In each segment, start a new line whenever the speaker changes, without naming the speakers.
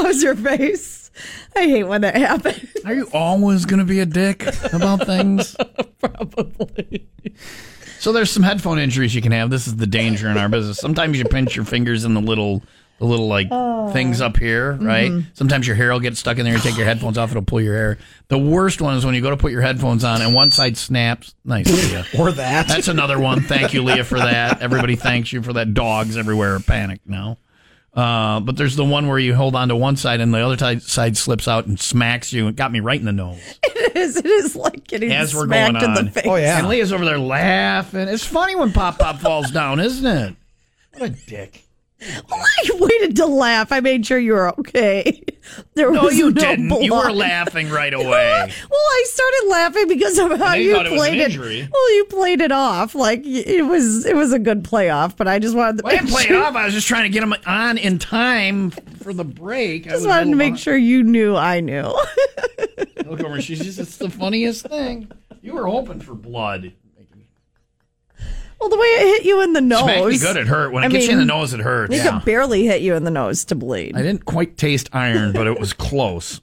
was your face. I hate when that happens.
Are you always going to be a dick about things?
Probably.
So there's some headphone injuries you can have. This is the danger in our business. Sometimes you pinch your fingers in the little, the little like things up here, right? Sometimes your hair will get stuck in there. You take your headphones off, it'll pull your hair. The worst one is when you go to put your headphones on and one side snaps. Nice, Leah.
Or that.
That's another one. Thank you, Leah, for that. Everybody thanks you for that. Dogs everywhere are panicked now. Uh, but there's the one where you hold on to one side and the other ti- side slips out and smacks you. It got me right in the nose.
It is, it is like getting
As we're
smacked
going
in
on.
the face.
Oh, yeah.
And Leah's over there laughing. It's funny when Pop Pop falls down, isn't it?
What a dick.
Well, I waited to laugh. I made sure you were okay. There
No,
was
Oh, you didn't.
Blood.
You were laughing right away.
Well, I started laughing because of how
they
you
thought it was an
played it.
injury.
Well, you played it off like y- it was it was a good playoff, but I just wanted to
I didn't
make
play it
sure,
off. I was just trying to get him on in time for the break. I
just
was a
wanted to
little
make
behind.
sure you knew I knew.
Look over. She's just, it's the funniest thing. You were hoping for blood.
well, the way it hit you in the nose,
Smacked me good. It hurt. When it
I
gets you in
mean,
the nose, it hurts.
It could barely hit you in the nose to bleed.
I didn't quite taste iron, but it was close.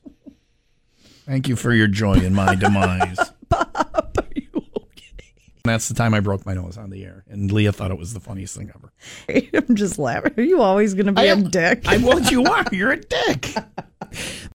Thank you for your joy in my demise. That's the time I broke my nose on the air, and Leah thought it was the funniest thing ever.
I'm just laughing. Are you always going to be a dick?
I, well, you are. You're a dick.